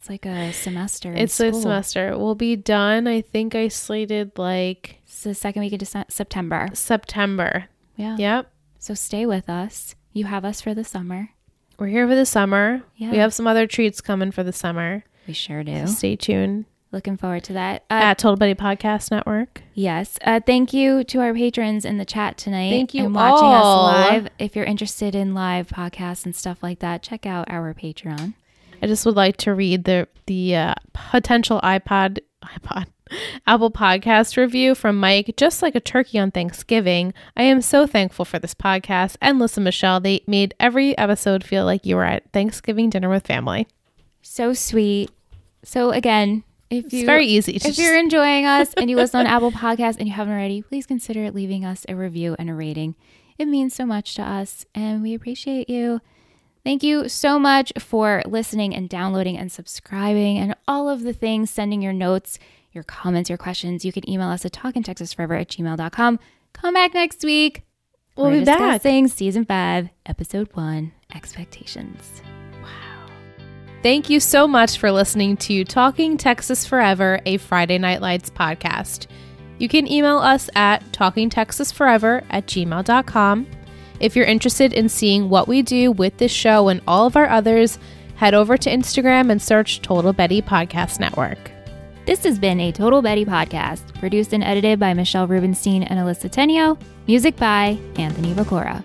it's like a semester. in it's this school. semester. We'll be done. I think I slated like It's the second week of Dece- September. September. Yeah. Yep. So stay with us. You have us for the summer. We're here for the summer. Yeah. We have some other treats coming for the summer. We sure do. Stay tuned Looking forward to that. Uh, at Total Buddy Podcast Network. Yes. Uh, thank you to our patrons in the chat tonight. Thank you and watching all. us live. If you're interested in live podcasts and stuff like that, check out our Patreon. I just would like to read the the uh, potential iPod iPod Apple podcast review from Mike. Just like a turkey on Thanksgiving, I am so thankful for this podcast and listen, Michelle. They made every episode feel like you were at Thanksgiving dinner with family. So sweet. So again, if It's you very easy. To if just, you're enjoying us and you listen on Apple Podcasts and you haven't already, please consider leaving us a review and a rating. It means so much to us and we appreciate you. Thank you so much for listening and downloading and subscribing and all of the things, sending your notes, your comments, your questions. You can email us at talkintexasforever at gmail.com. Come back next week. we'll We're be back. discussing season five, episode one, expectations. Thank you so much for listening to Talking Texas Forever, a Friday Night Lights podcast. You can email us at talkingtexasforever at gmail.com. If you're interested in seeing what we do with this show and all of our others, head over to Instagram and search Total Betty Podcast Network. This has been a Total Betty podcast, produced and edited by Michelle Rubenstein and Alyssa Tenio, music by Anthony Vacora.